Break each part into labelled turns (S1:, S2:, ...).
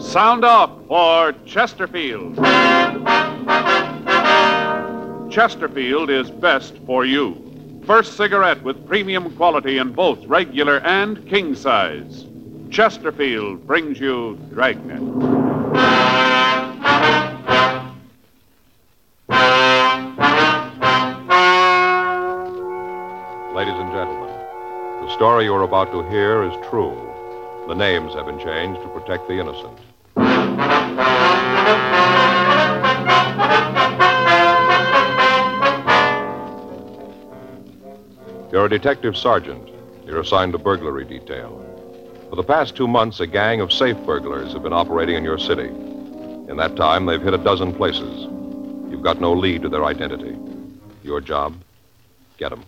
S1: Sound off for Chesterfield. Chesterfield is best for you. First cigarette with premium quality in both regular and king size. Chesterfield brings you Dragnet.
S2: Ladies and gentlemen, the story you are about to hear is true. The names have been changed to protect the innocent. You're a detective sergeant. You're assigned to burglary detail. For the past two months, a gang of safe burglars have been operating in your city. In that time, they've hit a dozen places. You've got no lead to their identity. Your job? Get 'em.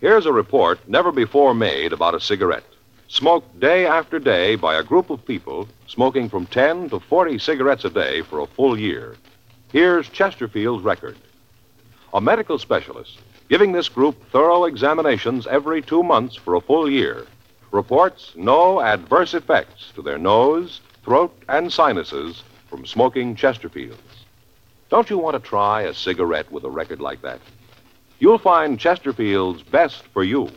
S2: Here's a report never before made about a cigarette. Smoked day after day by a group of people smoking from 10 to 40 cigarettes a day for a full year. Here's Chesterfield's record. A medical specialist giving this group thorough examinations every two months for a full year reports no adverse effects to their nose, throat, and sinuses from smoking Chesterfields. Don't you want to try a cigarette with a record like that? you'll find Chesterfield's best for you.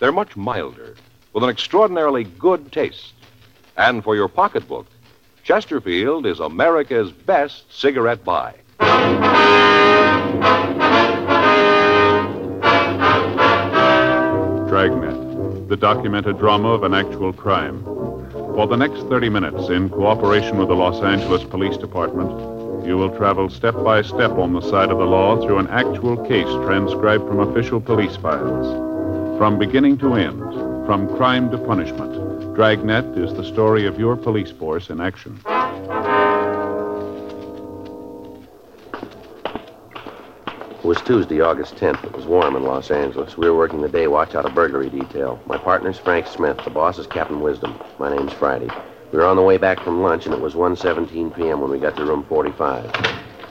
S2: They're much milder, with an extraordinarily good taste. And for your pocketbook, Chesterfield is America's best cigarette buy.
S1: Dragnet, the documented drama of an actual crime. For the next 30 minutes, in cooperation with the Los Angeles Police Department, you will travel step by step on the side of the law through an actual case transcribed from official police files. From beginning to end, from crime to punishment, Dragnet is the story of your police force in action.
S3: It was Tuesday, August 10th. It was warm in Los Angeles. We were working the day watch out of burglary detail. My partner's Frank Smith. The boss is Captain Wisdom. My name's Friday. We were on the way back from lunch, and it was 1.17 p.m. when we got to room 45.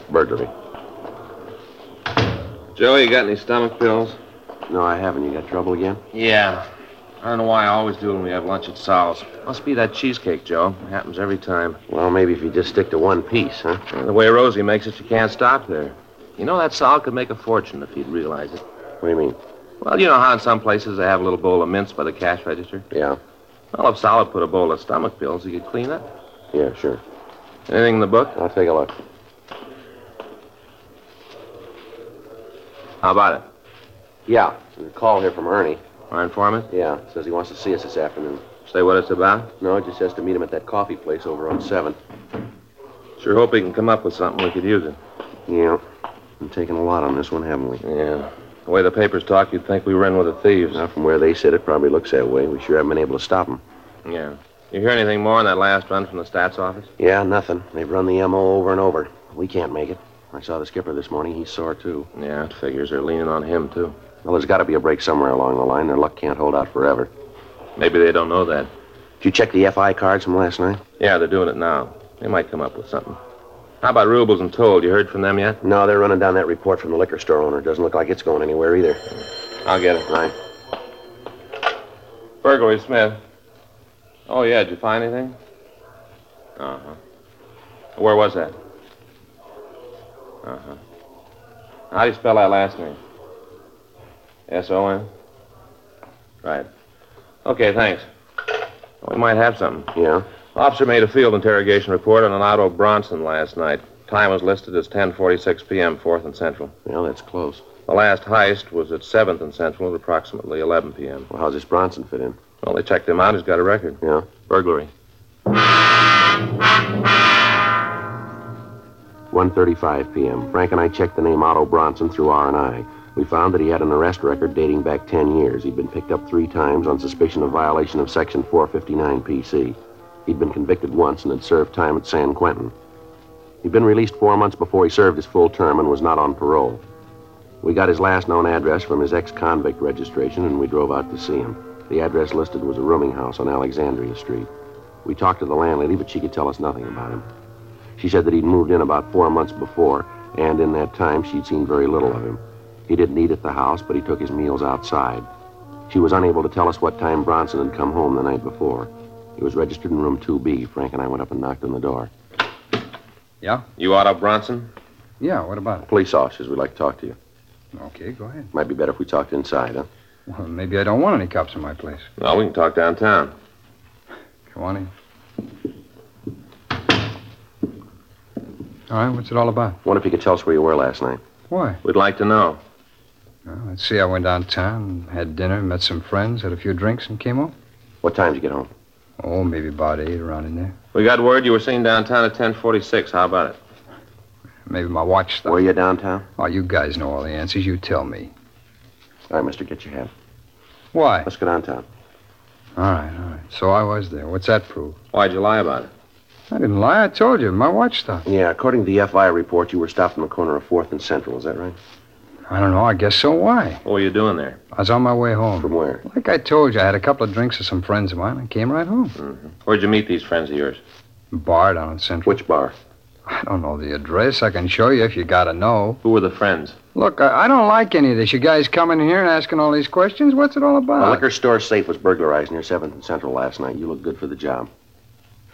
S3: Burglary.
S4: Joey, you got any stomach pills?
S3: No, I haven't. You got trouble again?
S4: Yeah. I don't know why I always do when we have lunch at Sal's. Must be that cheesecake, Joe. It happens every time.
S3: Well, maybe if you just stick to one piece, huh?
S4: And the way Rosie makes it, you can't stop there. You know, that Sal could make a fortune if he'd realize it.
S3: What do you mean?
S4: Well, you know how in some places they have a little bowl of mints by the cash register?
S3: Yeah.
S4: Well, if Sal had put a bowl of stomach pills, he could clean up.
S3: Yeah, sure.
S4: Anything in the book?
S3: I'll take a look.
S4: How about it?
S3: Yeah. There's a call here from Ernie.
S4: Our informant?
S3: Yeah. Says he wants to see us this afternoon.
S4: Say what it's about?
S3: No, it just says to meet him at that coffee place over on 7th.
S4: Sure hope he can come up with something we could use it.
S3: Yeah. Been taking a lot on this one, haven't we?
S4: Yeah. The way the papers talk, you'd think we were in with the thieves.
S3: Now, from where they sit, it probably looks that way. We sure haven't been able to stop them.
S4: Yeah. You hear anything more on that last run from the stats office?
S3: Yeah, nothing. They've run the MO over and over. We can't make it. I saw the skipper this morning. He's sore, too.
S4: Yeah, it figures they're leaning on him, too.
S3: Well, there's got to be a break somewhere along the line. Their luck can't hold out forever.
S4: Maybe they don't know that.
S3: Did you check the FI cards from last night?
S4: Yeah, they're doing it now. They might come up with something. How about Rubles and Told? You heard from them yet?
S3: No, they're running down that report from the liquor store owner. Doesn't look like it's going anywhere either.
S4: I'll get it.
S3: Right.
S4: Burglary Smith. Oh, yeah, did you find anything? Uh huh. Where was that? Uh huh. How do you spell that last name? S O N? Right. Okay, thanks. We might have something.
S3: Yeah.
S4: Officer made a field interrogation report on an Otto Bronson last night. Time was listed as 10:46 p.m. 4th and Central.
S3: Well, that's close.
S4: The last heist was at 7th and Central at approximately 11 p.m.
S3: Well, how's this Bronson fit in?
S4: Well, they checked him out. He's got a record.
S3: Yeah.
S4: Burglary.
S3: 1.35 p.m. Frank and I checked the name Otto Bronson through R&I. We found that he had an arrest record dating back 10 years. He'd been picked up three times on suspicion of violation of Section 459 PC. He'd been convicted once and had served time at San Quentin. He'd been released four months before he served his full term and was not on parole. We got his last known address from his ex-convict registration, and we drove out to see him. The address listed was a rooming house on Alexandria Street. We talked to the landlady, but she could tell us nothing about him. She said that he'd moved in about four months before, and in that time she'd seen very little of him. He didn't eat at the house, but he took his meals outside. She was unable to tell us what time Bronson had come home the night before. He was registered in room 2B. Frank and I went up and knocked on the door.
S5: Yeah?
S4: You Otto Bronson?
S5: Yeah, what about
S3: Police officers, we'd like to talk to you.
S5: it? Okay, go ahead.
S3: Might be better if we talked inside, huh?
S5: Well, maybe I don't want any cops in my place.
S4: No, we can talk downtown.
S5: Come on in. All right, what's it all about?
S3: Wonder if you could tell us where you were last night.
S5: Why?
S4: We'd like to know.
S5: Well, let's see. I went downtown, had dinner, met some friends, had a few drinks, and came home.
S3: What time did you get home?
S5: Oh, maybe about eight around in there.
S4: We got word you were seen downtown at 1046. How about it?
S5: Maybe my watch stopped.
S3: Were you downtown?
S5: Oh, you guys know all the answers. You tell me.
S3: All right, mister, get your hat.
S5: Why?
S3: Let's go downtown.
S5: All right, all right. So I was there. What's that prove?
S4: Why'd you lie about it?
S5: I didn't lie. I told you. My watch stopped.
S3: Yeah, according to the FI report, you were stopped on the corner of 4th and Central. Is that right?
S5: I don't know. I guess so. Why?
S4: What were you doing there?
S5: I was on my way home.
S3: From where?
S5: Like I told you, I had a couple of drinks with some friends of mine and came right home.
S4: Where'd you meet these friends of yours?
S5: Bar down in Central.
S3: Which bar?
S5: I don't know the address. I can show you if you gotta know.
S4: Who were the friends?
S5: Look, I, I don't like any of this. You guys coming here and asking all these questions. What's it all
S3: A
S5: about?
S3: liquor store safe was burglarized near 7th and Central last night. You look good for the job.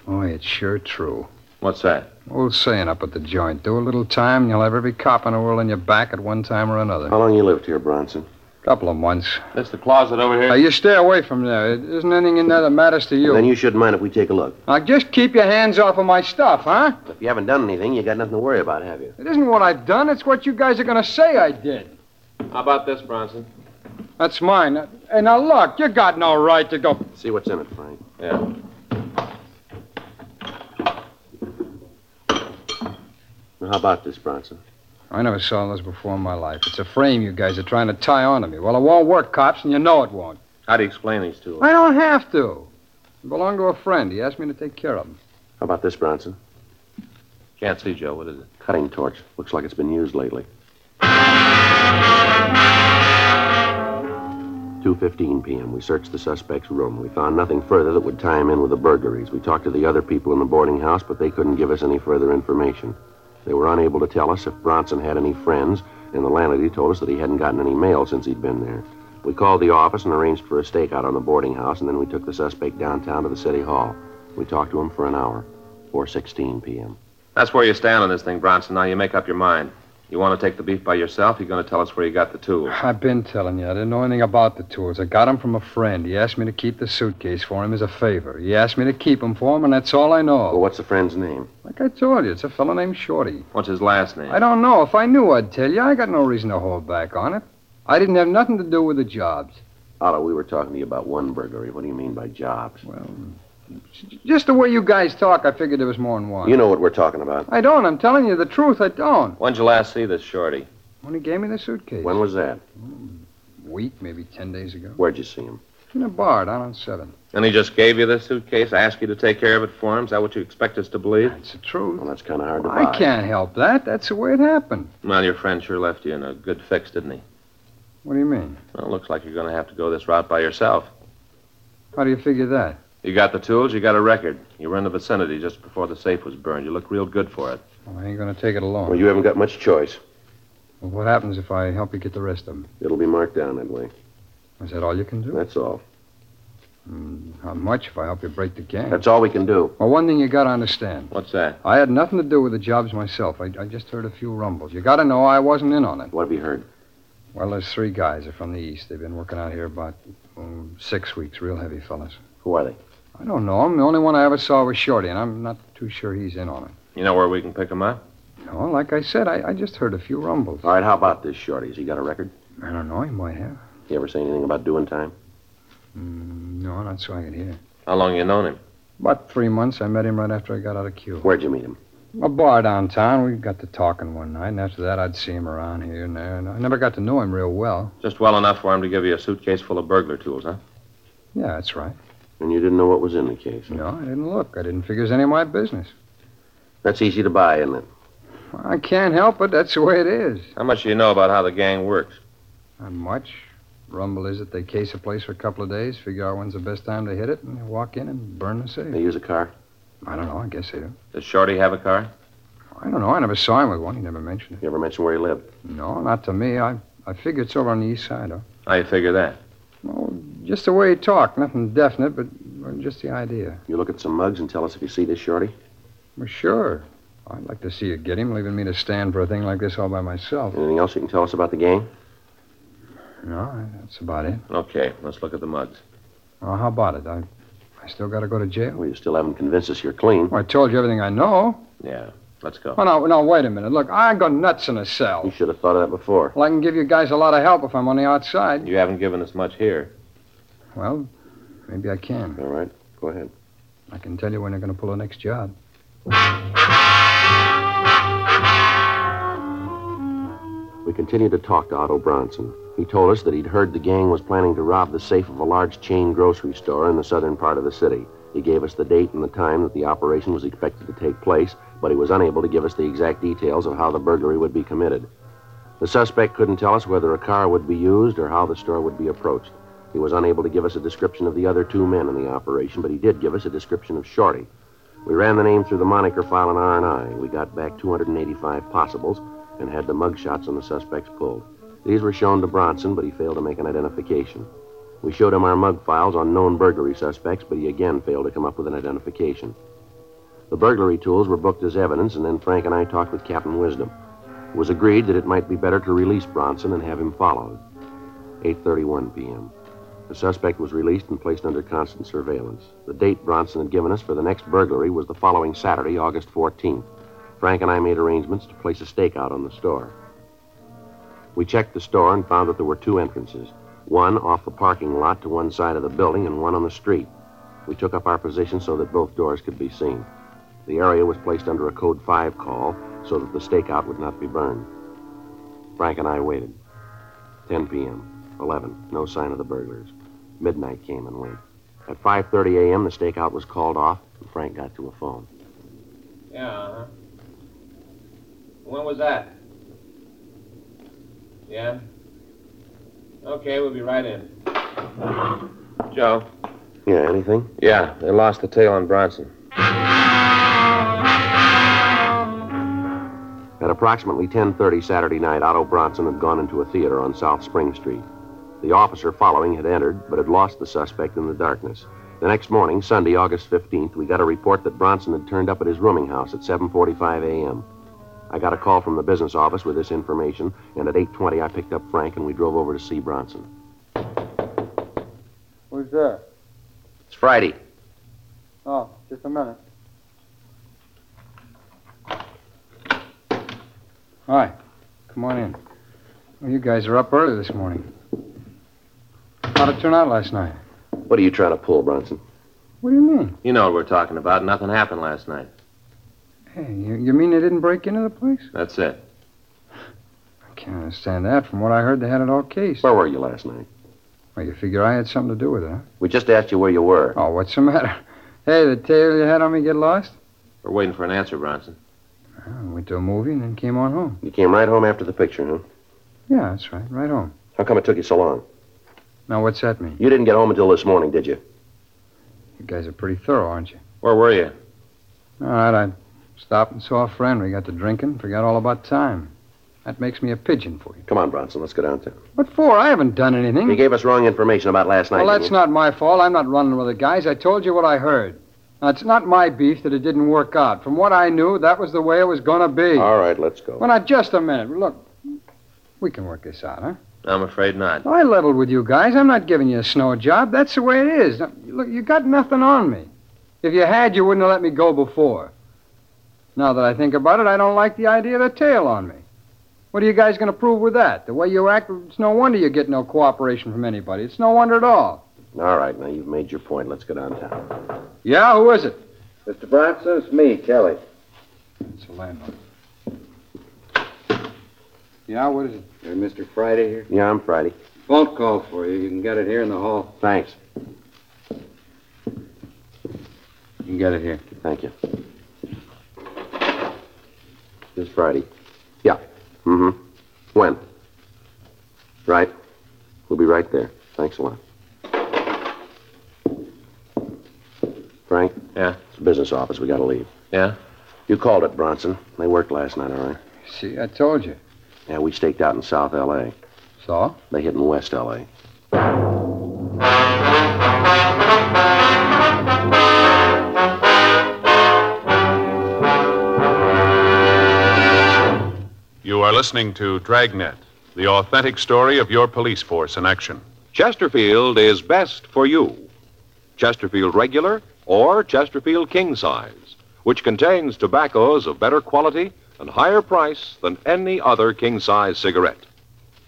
S5: Oh, it's sure true.
S4: What's that?
S5: Old saying up at the joint. Do a little time and you'll have every cop in the world on your back at one time or another.
S3: How long you lived here, Bronson?
S5: couple of months.
S4: That's the closet over here.
S5: Now, you stay away from there. It isn't anything in there that matters to you.
S3: Then you shouldn't mind if we take a look.
S5: Now, just keep your hands off of my stuff, huh?
S3: If you haven't done anything, you got nothing to worry about, have you?
S5: It isn't what I've done. It's what you guys are gonna say I did.
S4: How about this, Bronson?
S5: That's mine. Hey, now look, you got no right to go.
S3: See what's in it, Frank.
S4: Yeah.
S3: Now, how about this, Bronson?
S5: I never saw this before in my life. It's a frame you guys are trying to tie onto me. Well, it won't work, cops, and you know it won't.
S4: How do you explain these two?
S5: I don't have to. It belonged to a friend. He asked me to take care of him.
S3: How about this, Bronson?
S4: Can't see, Joe. What is it?
S3: Cutting torch. Looks like it's been used lately. 2.15 p.m. We searched the suspect's room. We found nothing further that would tie him in with the burglaries. We talked to the other people in the boarding house, but they couldn't give us any further information. They were unable to tell us if Bronson had any friends, and the landlady told us that he hadn't gotten any mail since he'd been there. We called the office and arranged for a stakeout on the boarding house, and then we took the suspect downtown to the city hall. We talked to him for an hour. 4.16 p.m.
S4: That's where you stand on this thing, Bronson. Now you make up your mind. You want to take the beef by yourself? You're going to tell us where you got the tools.
S5: I've been telling you, I didn't know anything about the tools. I got them from a friend. He asked me to keep the suitcase for him as a favor. He asked me to keep them for him, and that's all I
S3: Well,
S5: know.
S3: what's the friend's name?
S5: Like I told you, it's a fellow named Shorty.
S4: What's his last name?
S5: I don't know. If I knew, I'd tell you. I got no reason to hold back on it. I didn't have nothing to do with the jobs.
S3: Otto, we were talking to you about one burglary. What do you mean by jobs?
S5: Well, j- just the way you guys talk, I figured there was more than one.
S3: You know what we're talking about.
S5: I don't. I'm telling you the truth. I don't.
S4: When'd you last see this shorty?
S5: When he gave me the suitcase.
S3: When was that?
S5: week, maybe ten days ago.
S3: Where'd you see him?
S5: In a bar down on 7th.
S4: And he just gave you this suitcase, asked you to take care of it for him? Is that what you expect us to believe?
S5: That's the truth.
S3: Well, that's kind of hard to buy.
S5: I can't help that. That's the way it happened.
S4: Well, your friend sure left you in a good fix, didn't he?
S5: What do you mean?
S4: Well, looks like you're going to have to go this route by yourself.
S5: How do you figure that?
S4: You got the tools, you got a record. You were in the vicinity just before the safe was burned. You look real good for it.
S5: Well, I ain't going to take it alone.
S3: Well, you haven't got much choice.
S5: Well, what happens if I help you get the rest of them?
S3: It'll be marked down that way.
S5: Is that all you can do?
S3: That's all.
S5: Mm, how much if I help you break the gang?
S3: That's all we can do.
S5: Well, one thing you got to understand.
S4: What's that?
S5: I had nothing to do with the jobs myself. I, I just heard a few rumbles. You got to know I wasn't in on it.
S3: What have you heard?
S5: Well, there's three guys. They're from the east. They've been working out here about um, six weeks. Real heavy fellas.
S3: Who are they?
S5: I don't know him. The only one I ever saw was Shorty, and I'm not too sure he's in on it.
S4: You know where we can pick 'em up?
S5: No, like I said, I, I just heard a few rumbles.
S3: All right, how about this shorty? Has he got a record?
S5: I don't know. He might have.
S3: You ever say anything about doing time?
S5: Mm, no, not so I could hear.
S4: How long you known him?
S5: About three months. I met him right after I got out of Cuba.
S3: Where'd you meet him?
S5: A bar downtown. We got to talking one night, and after that, I'd see him around here and there. And I never got to know him real well.
S4: Just well enough for him to give you a suitcase full of burglar tools, huh?
S5: Yeah, that's right.
S3: And you didn't know what was in the case.
S5: No, I didn't look. I didn't figure it's any of my business.
S3: That's easy to buy, isn't it?
S5: I can't help it. That's the way it is.
S4: How much do you know about how the gang works?
S5: Not much. Rumble is that they case a place for a couple of days, figure out when's the best time to hit it, and they walk in and burn the
S3: They
S5: safe.
S3: use a car?
S5: I don't know. I guess they do.
S4: Does Shorty have a car?
S5: I don't know. I never saw him with one. He never mentioned
S3: You ever mention where he lived?
S5: it. No, not to me. I I figure it's over on the east side, though.
S4: How you figure that?
S5: Well, Just the way he talked. Nothing definite, but well, just the idea.
S3: You look at some mugs and tell us if you see this shorty?
S5: Well, sure. I'd like to see you get him, leaving me to stand for a thing like this all by myself.
S3: Anything else you can tell us about the gang?
S5: No, I- that's about it.
S4: Okay, let's look at the mugs.
S5: Well, how about it? I, I still got to go to jail.
S3: Well, you still haven't convinced us you're clean.
S5: Well, I told you everything I know.
S4: Yeah, let's go.
S5: Oh, no, no, wait a minute. Look, I go nuts in a
S3: You
S5: cell.
S3: should have thought of that before.
S5: Well, I can give you guys a lot of help if I'm on the outside.
S4: You haven't given us much here.
S5: Well, maybe I can.
S3: All right, go ahead.
S5: I can tell you when you're going to pull the next job.
S3: We continued to talk to Otto Bronson. He told us that he'd heard the gang was planning to rob the safe of a large chain grocery store in the southern part of the city. He gave us the date and the time that the operation was expected to take place, but he was unable to give us the exact details of how the burglary would be committed. The suspect couldn't tell us whether a car would be used or how the store would be approached. He was unable to give us a description of the other two men in the operation, but he did give us a description of Shorty. We ran the name through the moniker file in R&I. We got back 285 possibles and had the mug shots on the suspects pulled. These were shown to Bronson, but he failed to make an identification. We showed him our mug files on known burglary suspects, but he again failed to come up with an identification. The burglary tools were booked as evidence, and then Frank and I talked with Captain Wisdom. It was agreed that it might be better to release Bronson and have him followed. 8:31 p.m. The suspect was released and placed under constant surveillance. The date Bronson had given us for the next burglary was the following Saturday, August 14th. Frank and I made arrangements to place a stakeout on the store. We checked the store and found that there were two entrances one off the parking lot to one side of the building and one on the street. We took up our position so that both doors could be seen. The area was placed under a Code 5 call so that the stakeout would not be burned. Frank and I waited. 10 p.m., 11, no sign of the burglars. Midnight came and went. At 5:30 a.m., the stakeout was called off, and Frank got to a phone.
S4: Yeah, uh-huh. When was that? Yeah? Okay, we'll be right in. Joe?
S3: Yeah, anything?
S4: Yeah, they lost the tail on Bronson.
S3: At approximately 10:30 Saturday night, Otto Bronson had gone into a theater on South Spring Street. The officer following had entered, but had lost the suspect in the darkness. The next morning, Sunday, August 15th, we got a report that Bronson had turned up at his rooming house at 7:45 a.m. I got a call from the business office with this information, and at 8:20 I picked up Frank and we drove over to see Bronson.
S6: Who's there?
S3: It's Friday.
S6: Oh, just a minute.
S5: All right, come on in. Well, you guys are up early this morning. How'd it turn out last night?
S3: What are you trying to pull, Bronson?
S5: What do you mean?
S4: You know what we're talking about. Nothing happened last night.
S5: Hey, you, you mean they didn't break into the place?
S4: That's it.
S5: I can't understand that. From what I heard, they had it all cased.
S3: Where were you last night?
S5: Well, you figure I had something to do with it, huh?
S3: We just asked you where you were.
S5: Oh, what's the matter? Hey, the tail you had on me get lost?
S4: We're waiting for an answer, Bronson.
S5: Oh, went to a movie and then came on home.
S3: You came right home after the picture, huh?
S5: Yeah, that's right. Right home.
S3: How come it took you so long?
S5: Now, what's that mean?
S3: You didn't get home until this morning, did you?
S5: You guys are pretty thorough, aren't you?
S4: Where were you?
S5: All right, I stopped and saw a friend. We got to drinking, forgot all about time. That makes me a pigeon for you.
S3: Come on, Bronson, let's go down to.
S5: What for? I haven't done
S3: You
S5: anything.
S3: gave us wrong information about last night.
S5: Hmm? Well, that's
S3: didn't you?
S5: not my fault. I'm not running with the guys. I told you what I heard. Now, it's not my beef that it didn't work out. From what I knew, that was the way it was going to be.
S3: All right, let's go.
S5: Well, now, just a minute. Look, we can work this out, huh?
S4: I'm afraid not.
S5: I leveled with you guys. I'm not giving you a snow job. That's the way it is. Now, look, you got nothing on me. If you had, you wouldn't have let me go before. Now that I think about it, I don't like the idea of a tail on me. What are you guys going to prove with that? The way you act, it's no wonder you get no cooperation from anybody. It's no wonder at all.
S3: All right, now you've made your point. Let's go downtown.
S5: Yeah, who is it?
S6: Mr. Bronson, it's me, Kelly.
S5: It's a landlord. Yeah, what is it?
S6: Is Mr. Friday here?
S3: Yeah, I'm Friday.
S6: Phone call for you. You can get it here in the hall.
S3: Thanks.
S6: You can get it here.
S3: Thank you. This Friday. Yeah. Mm-hmm. When? Right. We'll be right there. Thanks a lot. Frank?
S4: Yeah?
S3: It's business office. We gotta leave.
S4: Yeah?
S3: You called it, Bronson. They worked last night, all right?
S5: See, I told you.
S3: Yeah, we staked out in South L.A.
S5: So?
S3: They hit in West L.A.
S1: are listening to Dragnet, the authentic story of your police force in action.
S2: Chesterfield is best for you. Chesterfield Regular or Chesterfield King Size, which contains tobaccos of better quality and higher price than any other king size cigarette.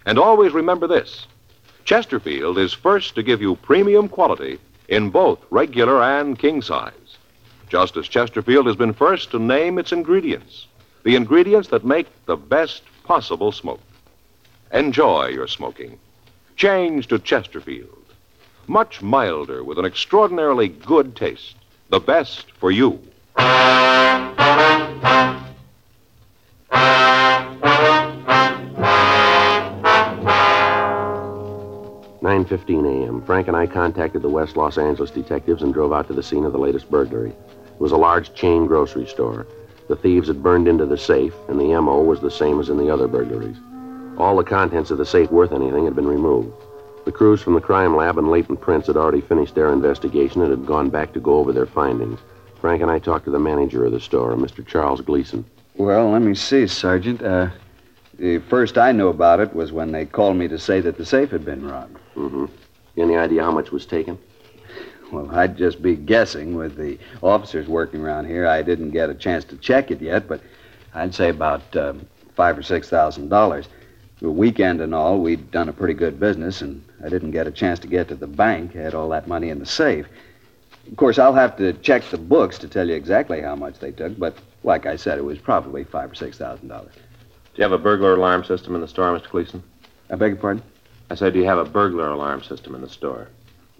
S2: And always remember this Chesterfield is first to give you premium quality in both regular and king size, just as Chesterfield has been first to name its ingredients, the ingredients that make the best possible smoke. Enjoy your smoking. Change to Chesterfield. Much milder with an extraordinarily good taste. The best for you.
S3: Nine fifteen a.m. Frank and I contacted the West Los Angeles detectives and drove out to the scene of the latest burglary. It was a large chain grocery store. The thieves had burned into the safe, and the MO was the same as in the other burglaries. All the contents of the safe worth anything had been removed. The crews from the crime lab and Leighton Prince had already finished their investigation and had gone back to go over their findings. Frank and I talked to the manager of the store, Mr. Charles Gleason.
S5: Well, let me see, Sergeant. Uh, the first I knew about it was when they called me to say that the safe had been robbed.
S3: Mm-hmm. Any idea how much was taken?
S5: Well, I'd just be guessing with the officers working around here. I didn't get a chance to check it yet, but I'd say about um, five or six thousand dollars. The weekend and all, we'd done a pretty good business, and I didn't get a chance to get to the bank. I had all that money in the safe. Of course, I'll have to check the books to tell you exactly how much they took, but like I said, it was probably five or six thousand dollars.
S4: Do you have a burglar alarm system in the store, Mr. Gleason?
S5: I beg your pardon?
S4: I said, do you have a burglar alarm system in the store?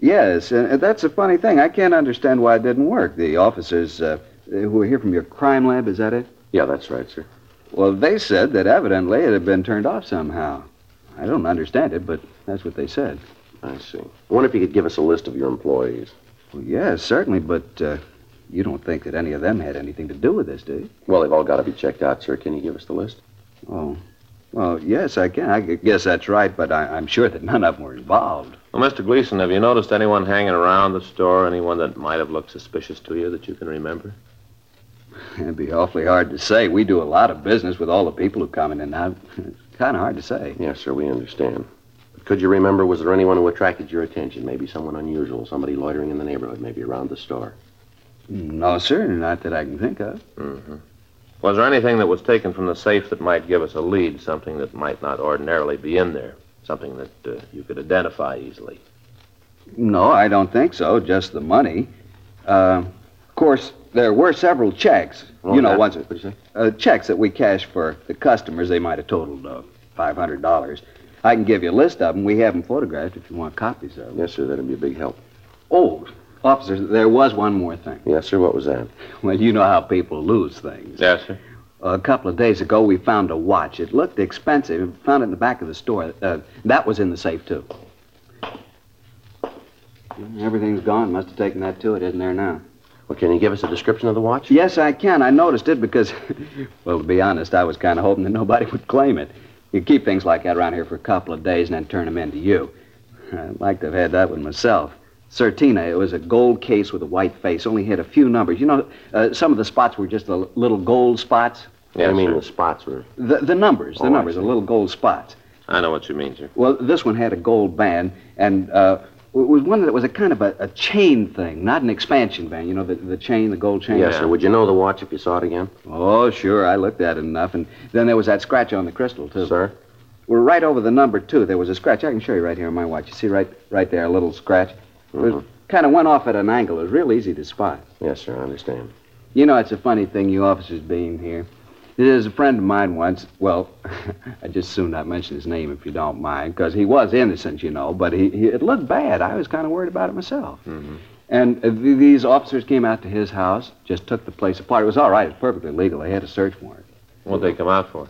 S5: Yes, and that's a funny thing. I can't understand why it didn't work. The officers uh, who were here from your crime lab, is that it?
S3: Yeah, that's right, sir.
S5: Well, they said that evidently it had been turned off somehow. I don't understand it, but that's what they said.
S3: I see. I wonder if you could give us a list of your employees.
S5: Well, yes, certainly, but uh, you don't think that any of them had anything to do with this, do you?
S3: Well, they've all got to be checked out, sir. Can you give us the list?
S5: Oh, well, yes, I can. I guess that's right, but I, am sure that none of them were involved.
S4: Well, Mr. Gleason, have you noticed anyone hanging around the store, anyone that might have looked suspicious to you that you can remember?
S5: It'd be awfully hard to say. We do a lot of business with all the people who come in and out. It's kind of hard to say.
S3: Yes, sir, we understand. But could you remember, was there anyone who attracted your attention? Maybe someone unusual, somebody loitering in the neighborhood, maybe around the store?
S5: No, sir, not that I can think of.
S4: Mm-hmm. Was there anything that was taken from the safe that might give us a lead, something that might not ordinarily be in there, something that uh, you could identify easily?
S5: No, I don't think so, just the money. Uh, of course, there were several checks.
S3: Well,
S5: you know,
S3: that-
S5: ones
S3: what did you say?
S5: uh, checks that we cashed for the customers. They might have totaled uh, $500. I can give you a list of them. We have them photographed if you want copies of them.
S3: Yes, sir, that'd be a big help.
S5: Oh, officer, there was one more thing.
S3: Yes, sir, what was that?
S5: Well, you know how people lose things.
S4: Yes, sir.
S5: A couple of days ago, we found a watch. It looked expensive. Found it in the back of the store. Uh, that was in the safe, too. Everything's gone. Must have taken that, too. It isn't there now.
S3: Well, can you give us a description of the watch?
S5: Yes, I can. I noticed it because, well, to be honest, I was kind of hoping that nobody would claim it. You keep things like that around here for a couple of days and then turn them in to you. I'd like to have had that one myself. Certina, it was a gold case with a white face, only had a few numbers. You know, uh, some of the spots were just the l- little gold spots.
S3: I
S4: Yes,
S3: mean,
S4: sir.
S3: the spots were.
S5: The, the numbers, the
S3: Oh, I
S5: numbers, the
S3: see.
S5: little gold spots.
S4: I know what you mean, sir.
S5: Well, this one had a gold band, and uh, it was one that was a kind of a, a chain thing, not an expansion band. You know, the, the chain, the gold chain?
S3: Yes, sir.
S4: uh,
S3: Would you know the watch if you saw it again?
S5: Oh, sure. I looked at it enough. And then there was that scratch on the crystal, too.
S3: Sir?
S5: We're right over the number two. There was a scratch. I can show you right here on my watch. You see right right there, a little scratch. It was, kind of went off at an angle. It was real easy to spot.
S3: Yes, sir, I understand.
S5: You know, it's a funny thing, you officers being here. There's a friend of mine once. Well, I just soon not mention his name if you don't mind, because he was innocent, you know, but he, he it looked bad. I was kind of worried about it myself. And uh, th- these officers came out to his house, just took the place apart. It was all right. It was perfectly legal. They had a search warrant.
S4: What'd they come out for?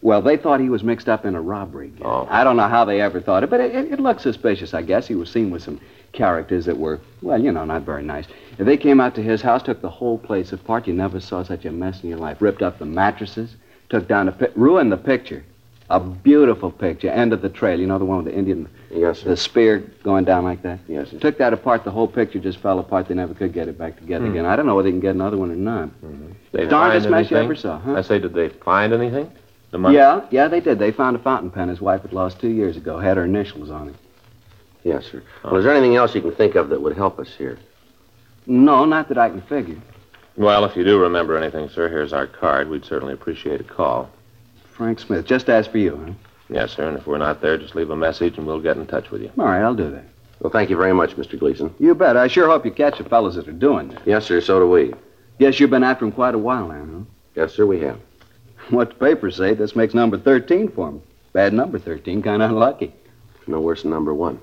S5: Well, they thought he was mixed up in a robbery. gang.
S4: Oh.
S5: I don't know how they ever thought it, but it, it, it looked suspicious, I guess. He was seen with some characters that were, well, you know, not very nice. And They came out to his house, took the whole place apart. You never saw such a mess in your life. Ripped up the mattresses, took down the pi- ruined the picture. A beautiful picture, end of the trail. You know the one with the Indian,
S3: Yes, sir.
S5: the spear going down like that?
S3: Yes, sir.
S5: Took that apart, the whole picture just fell apart. They never could get it back
S3: Hmm.
S5: together again. I don't know whether they can get another one or not.
S4: They
S5: Darndest
S4: find
S5: mess you
S4: anything?
S5: ever saw, huh?
S4: I say, did they find anything? The money?
S6: Yeah, yeah, they did. They found a fountain pen his wife had lost two years ago. Had her initials on it.
S3: Yes, sir. Well, is there anything else you can think of that would help us here?
S6: No, not that I can figure.
S4: Well, if you do remember anything, sir, here's our card. We'd certainly appreciate a call.
S6: Frank Smith, just ask for you, huh?
S4: Yes, sir, and if we're not there, just leave a message and we'll get in touch with you.
S6: All right, I'll do that.
S3: Well, thank you very much, Mr. Gleason.
S6: You bet. I sure hope you catch the fellas that are doing this.
S3: Yes, sir. So do we.
S6: Guess you've been after him quite a while now, huh?
S3: Yes, sir, we have.
S6: What the papers say, this makes number 13 for him. Bad number 13, kind of unlucky.
S3: No worse than number one.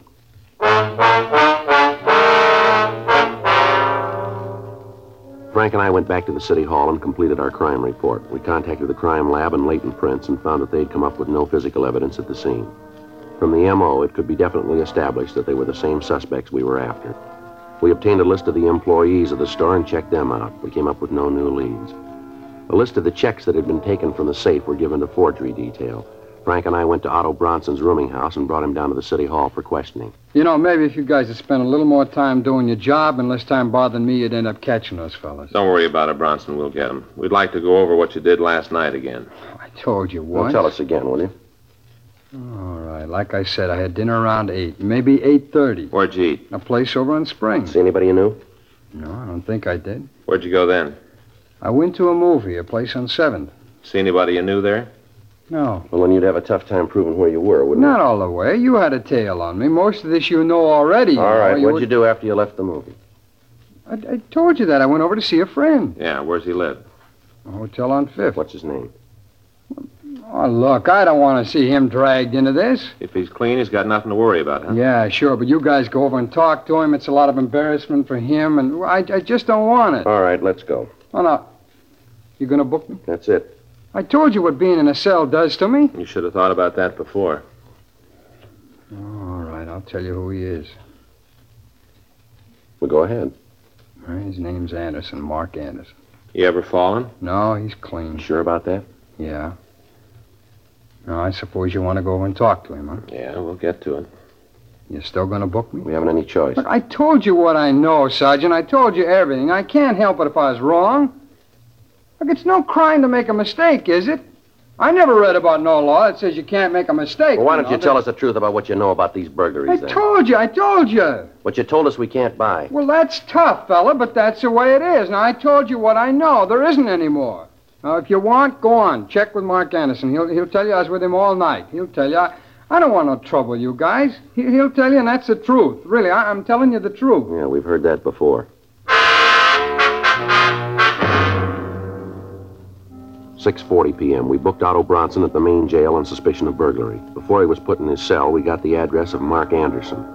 S3: Frank and I went back to the city hall and completed our crime report. We contacted the crime lab and Leighton Prince and found that they'd come up with no physical evidence at the scene. From the MO, it could be definitely established that they were the same suspects we were after. We obtained a list of the employees of the store and checked them out. We came up with no new leads. A list of the checks that had been taken from the safe were given to forgery detail. Frank and I went to Otto Bronson's rooming house and brought him down to the city hall for questioning.
S5: You know, maybe if you guys had spent a little more time doing your job and less time bothering me, you'd end up catching those fellas.
S4: Don't worry about it, Bronson. We'll get him. We'd like to go over what you did last night again.
S5: I told you
S3: Well,
S5: what.
S3: tell us again, will you?
S5: All right. Like I said, I had dinner around eight, maybe eight thirty.
S4: Where'd you eat?
S5: A place over on Spring.
S3: See anybody you knew?
S5: No, I don't think I did.
S4: Where'd you go then?
S5: I went to a movie, a place on Seventh.
S4: See anybody you knew there?
S5: No,
S3: Well, then you'd have a tough time proving where you were, wouldn't
S5: not all the way. You had a tail on me. Most of this you know already.
S3: you? All right.
S5: You know,
S3: What'd you do after you left the movie?
S5: would- I, I told you that. I went over to see a friend.
S4: Yeah, where's he live?
S5: A hotel on Fifth.
S3: What's his name?
S5: Oh, look, I don't want to see him dragged into this.
S4: If he's clean, he's got nothing to worry about, huh?
S5: Yeah, sure, but you guys go over and talk to him. It's a lot of embarrassment for him, and I, I just don't want it.
S3: All right, let's go.
S5: Oh, no. You gonna book me?
S3: That's it.
S5: I told you what being in a cell does to me.
S4: You should have thought about that before.
S5: All right, I'll tell you who he is.
S3: Well, go ahead.
S5: His name's Anderson, Mark Anderson.
S4: You ever fallen?
S5: No, he's clean.
S3: Sure about that?
S5: Yeah. No, I suppose you want to go over and talk to him, huh?
S4: Yeah, we'll get to it.
S5: You're still gonna book me?
S3: We haven't any choice.
S5: Look, I told you what I know, Sergeant. I told you everything. I can't help it if I was wrong. Look, it's no crime to make a mistake, is it? I never read about no law that says you can't make a mistake.
S3: Well, why don't you tell us the truth about what you know about these
S5: I
S3: burglaries then?
S5: told you, I told you.
S3: What you told us we can't buy.
S5: Well, that's tough, fella, but that's the way it is. Now, I told you what I know. There isn't any more. Now, if you want, go on. Check with Mark Anderson. He'll, he'll tell you I was with him all night. He'll tell you. I, I don't want no trouble, you guys. He, he'll tell you, and that's the truth. Really, I, I'm telling you the truth.
S3: Yeah, we've heard that before. Six forty p.m. We booked Otto Bronson at the main jail on suspicion of burglary. Before he was put in his cell, we got the address of Mark Anderson.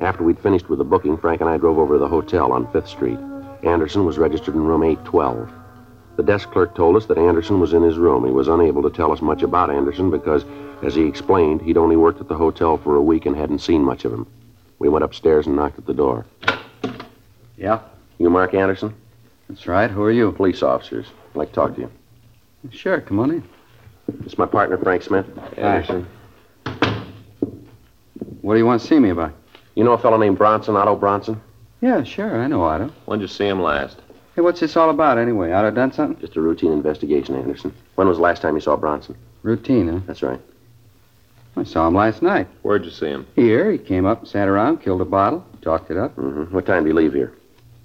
S3: After we'd finished with the booking, Frank and I drove over to the hotel on Fifth Street. Anderson was registered in room 812. The desk clerk told us that Anderson was in his room. He was unable to tell us much about Anderson because, as he explained, he'd only worked at the hotel for a week and hadn't seen much of him. We went upstairs and knocked at the door.
S6: Yeah?
S3: You, Mark Anderson?
S6: That's right. Who are you?
S3: Police officers. I'd like to talk to you.
S6: Sure, come on in.
S3: It's my partner, Frank Smith.
S6: Anderson. What do you want to see me about?
S3: You know a fellow named Bronson, Otto Bronson?
S6: Yeah, sure. I know Otto.
S4: When'd you see him last?
S6: Hey, what's this all about anyway? Otto done something?
S3: Just a routine investigation, Anderson. When was the last time you saw Bronson?
S6: Routine, huh?
S3: That's right.
S6: I saw him last night.
S4: Where'd you see him?
S6: Here, he came up, sat around, killed a bottle, talked it up.
S3: hmm What time do you leave here?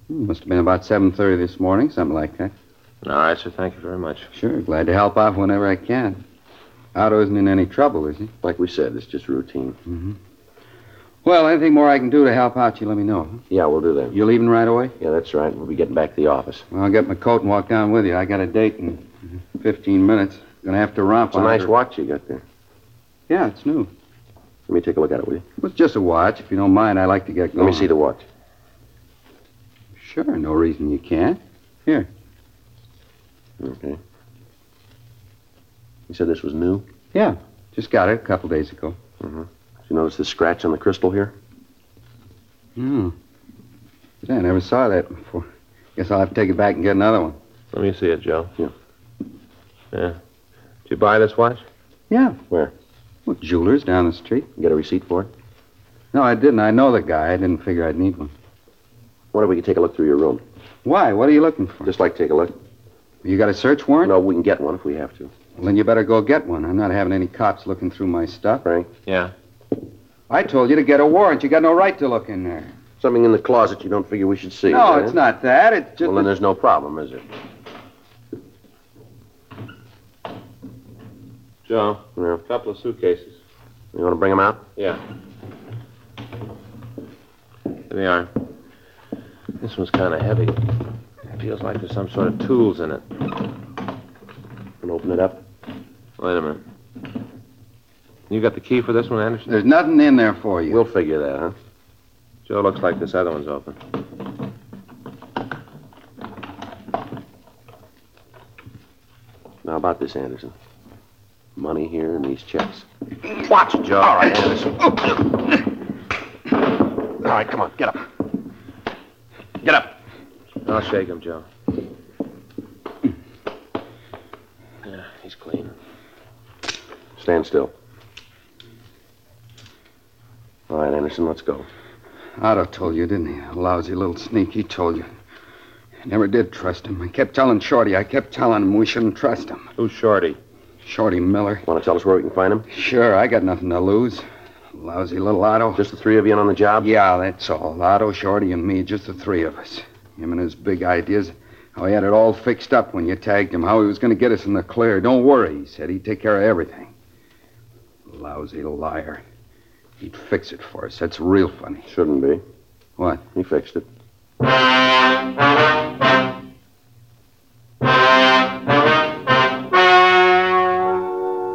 S6: Hmm, Must have been about 7.30 this morning, something like that.
S4: All right, sir. Thank you very much.
S6: Sure, glad to help out whenever I can. Otto isn't in any trouble, is he?
S3: Like we said, it's just routine.
S6: Well, anything more I can do to help out, you let me know.
S3: Yeah, we'll do that.
S6: You leaving right away?
S3: Yeah, that's right. We'll be getting back to the office.
S6: Well, I'll get my coat and walk down with you. I got a date in 15 minutes. Gonna have to romp
S3: It's a
S6: on
S3: nice
S6: her.
S3: watch you got there.
S6: Yeah, it's new.
S3: Let me take a look at it, will you?
S6: It was just a watch. If you don't mind, I like to get
S3: Let
S6: going.
S3: me see the watch.
S6: Sure, no reason you can't.
S3: Okay. You said this was new?
S6: Just got it a couple days ago.
S3: Did you notice the scratch on the crystal here? Hmm.
S6: No. Yeah, I never saw that before. Guess I'll have to take it back and get another one.
S4: Let me see it, Joe.
S3: Yeah.
S4: Yeah. Did you buy this watch?
S6: Yeah.
S3: Where?
S6: Well, jeweler's down the street.
S3: You got a receipt for it?
S6: No, I didn't. I know the guy. I didn't figure I'd need one.
S3: What if we could take a look through your room?
S6: Why? What are you looking for?
S3: Just like take a look.
S6: You got a search warrant?
S3: No, we can get one if we have to.
S5: Well, then you better go get one. I'm not having any cops looking through my stuff.
S3: Frank,
S4: Yeah.
S5: I told you to get a warrant. You got no right to look in there.
S3: something in the closet you don't figure we should see.
S5: No,
S3: huh?
S5: it's not that. It's just.
S3: Well, then there's no problem, is there?
S4: Joe,
S3: Yeah.
S4: a couple of suitcases.
S3: You want to bring them out?
S4: Yeah. Here they are. This one's kind of heavy. It feels like there's some sort of tools in it.
S3: And open it up?
S4: Wait a minute. You got the key for this one, Anderson?
S5: there's nothing in there for you.
S3: We'll figure that, huh?
S4: Joe looks like this other one's open.
S3: Now, about this, Anderson. Money here in these checks. Watch, Joe. All right, Anderson. All right, come on, get up. Get up.
S4: I'll shake him, Joe. Yeah, he's clean.
S3: Stand still. All right, Anderson, let's go.
S5: Otto told you, didn't he? A lousy little sneak. He told you. I never did trust him. I kept telling Shorty. I kept telling him we shouldn't trust him.
S4: Who's Shorty?
S5: Shorty Miller.
S3: Want to tell us where we can find him?
S5: Sure, I got nothing to lose. Lousy little Otto.
S3: Just the three of you in on the job?
S5: Yeah, that's all. Otto, Shorty, and me, just the three of us. Him and his big ideas. How he had it all fixed up when you tagged him. How he was going to get us in the clear. Don't worry, he said. He'd take care of everything. Lousy liar. He'd fix it for us. That's real funny.
S3: Shouldn't be.
S5: What?
S3: He fixed it.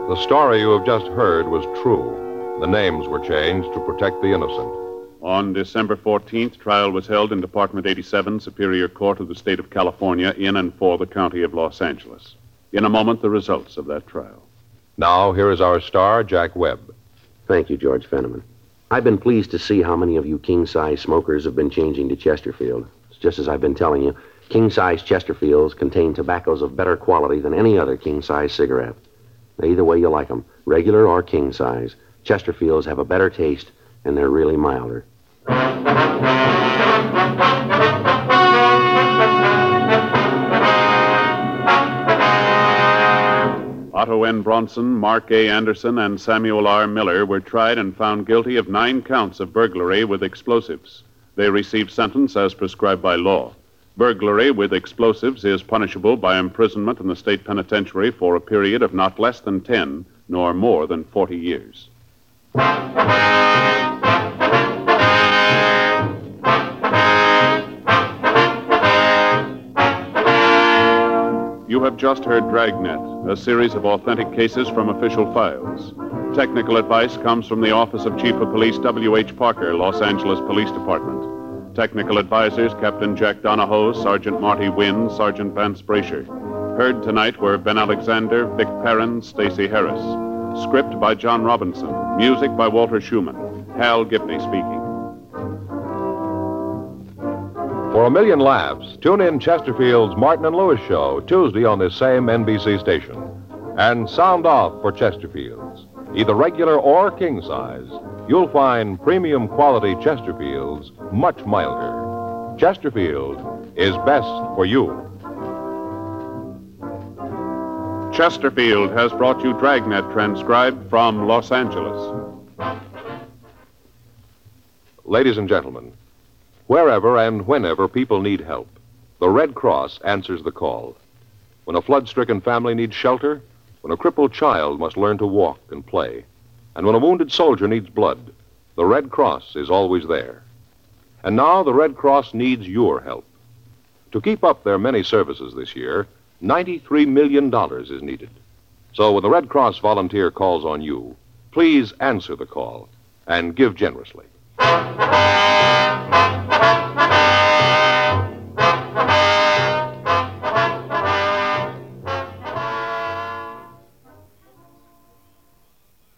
S2: The story you have just heard was true. The names were changed to protect the innocent.
S1: On December 14th, trial was held in Department 87, Superior Court of the State of California, in and for the County of Los Angeles. In a moment, the results of that trial.
S2: Now, here is our star, Jack Webb.
S3: Thank you, George Fenneman. I've been pleased to see how many of you king size smokers have been changing to Chesterfield. It's just as I've been telling you. King size Chesterfields contain tobaccos of better quality than any other king size cigarette. Now, either way you like 'em, regular or king size, Chesterfields have a better taste and they're really milder.
S1: Otto N. Bronson, Mark A. Anderson, and Samuel R. Miller were tried and found guilty of nine counts of burglary with explosives. They received sentence as prescribed by law. Burglary with explosives is punishable by imprisonment in the state penitentiary for a period of not less than 10 nor more than 40 years. You have just heard Dragnet, a series of authentic cases from official files. Technical advice comes from the Office of Chief of Police W.H. Parker, Los Angeles Police Department. Technical advisors Captain Jack Donahoe, Sergeant Marty Wynn, Sergeant Vance Brasher. Heard tonight were Ben Alexander, Vic Perrin, Stacy Harris. Script by John Robinson. Music by Walter Schumann. Hal Gibney speaking.
S2: For a million laughs, tune in Chesterfield's Martin and Lewis show Tuesday on this same NBC station. And sound off for Chesterfields. Either regular or king size, you'll find premium quality Chesterfields much milder. Chesterfield is best for you.
S1: Chesterfield has brought you Dragnet transcribed from Los Angeles.
S2: Ladies and gentlemen, wherever and whenever people need help, the Red Cross answers the call. When a flood stricken family needs shelter, when a crippled child must learn to walk and play, and when a wounded soldier needs blood, the Red Cross is always there. And now the Red Cross needs your help. To keep up their many services this year, $93 million is needed. So when the Red Cross volunteer calls on you, please answer the call and give generously.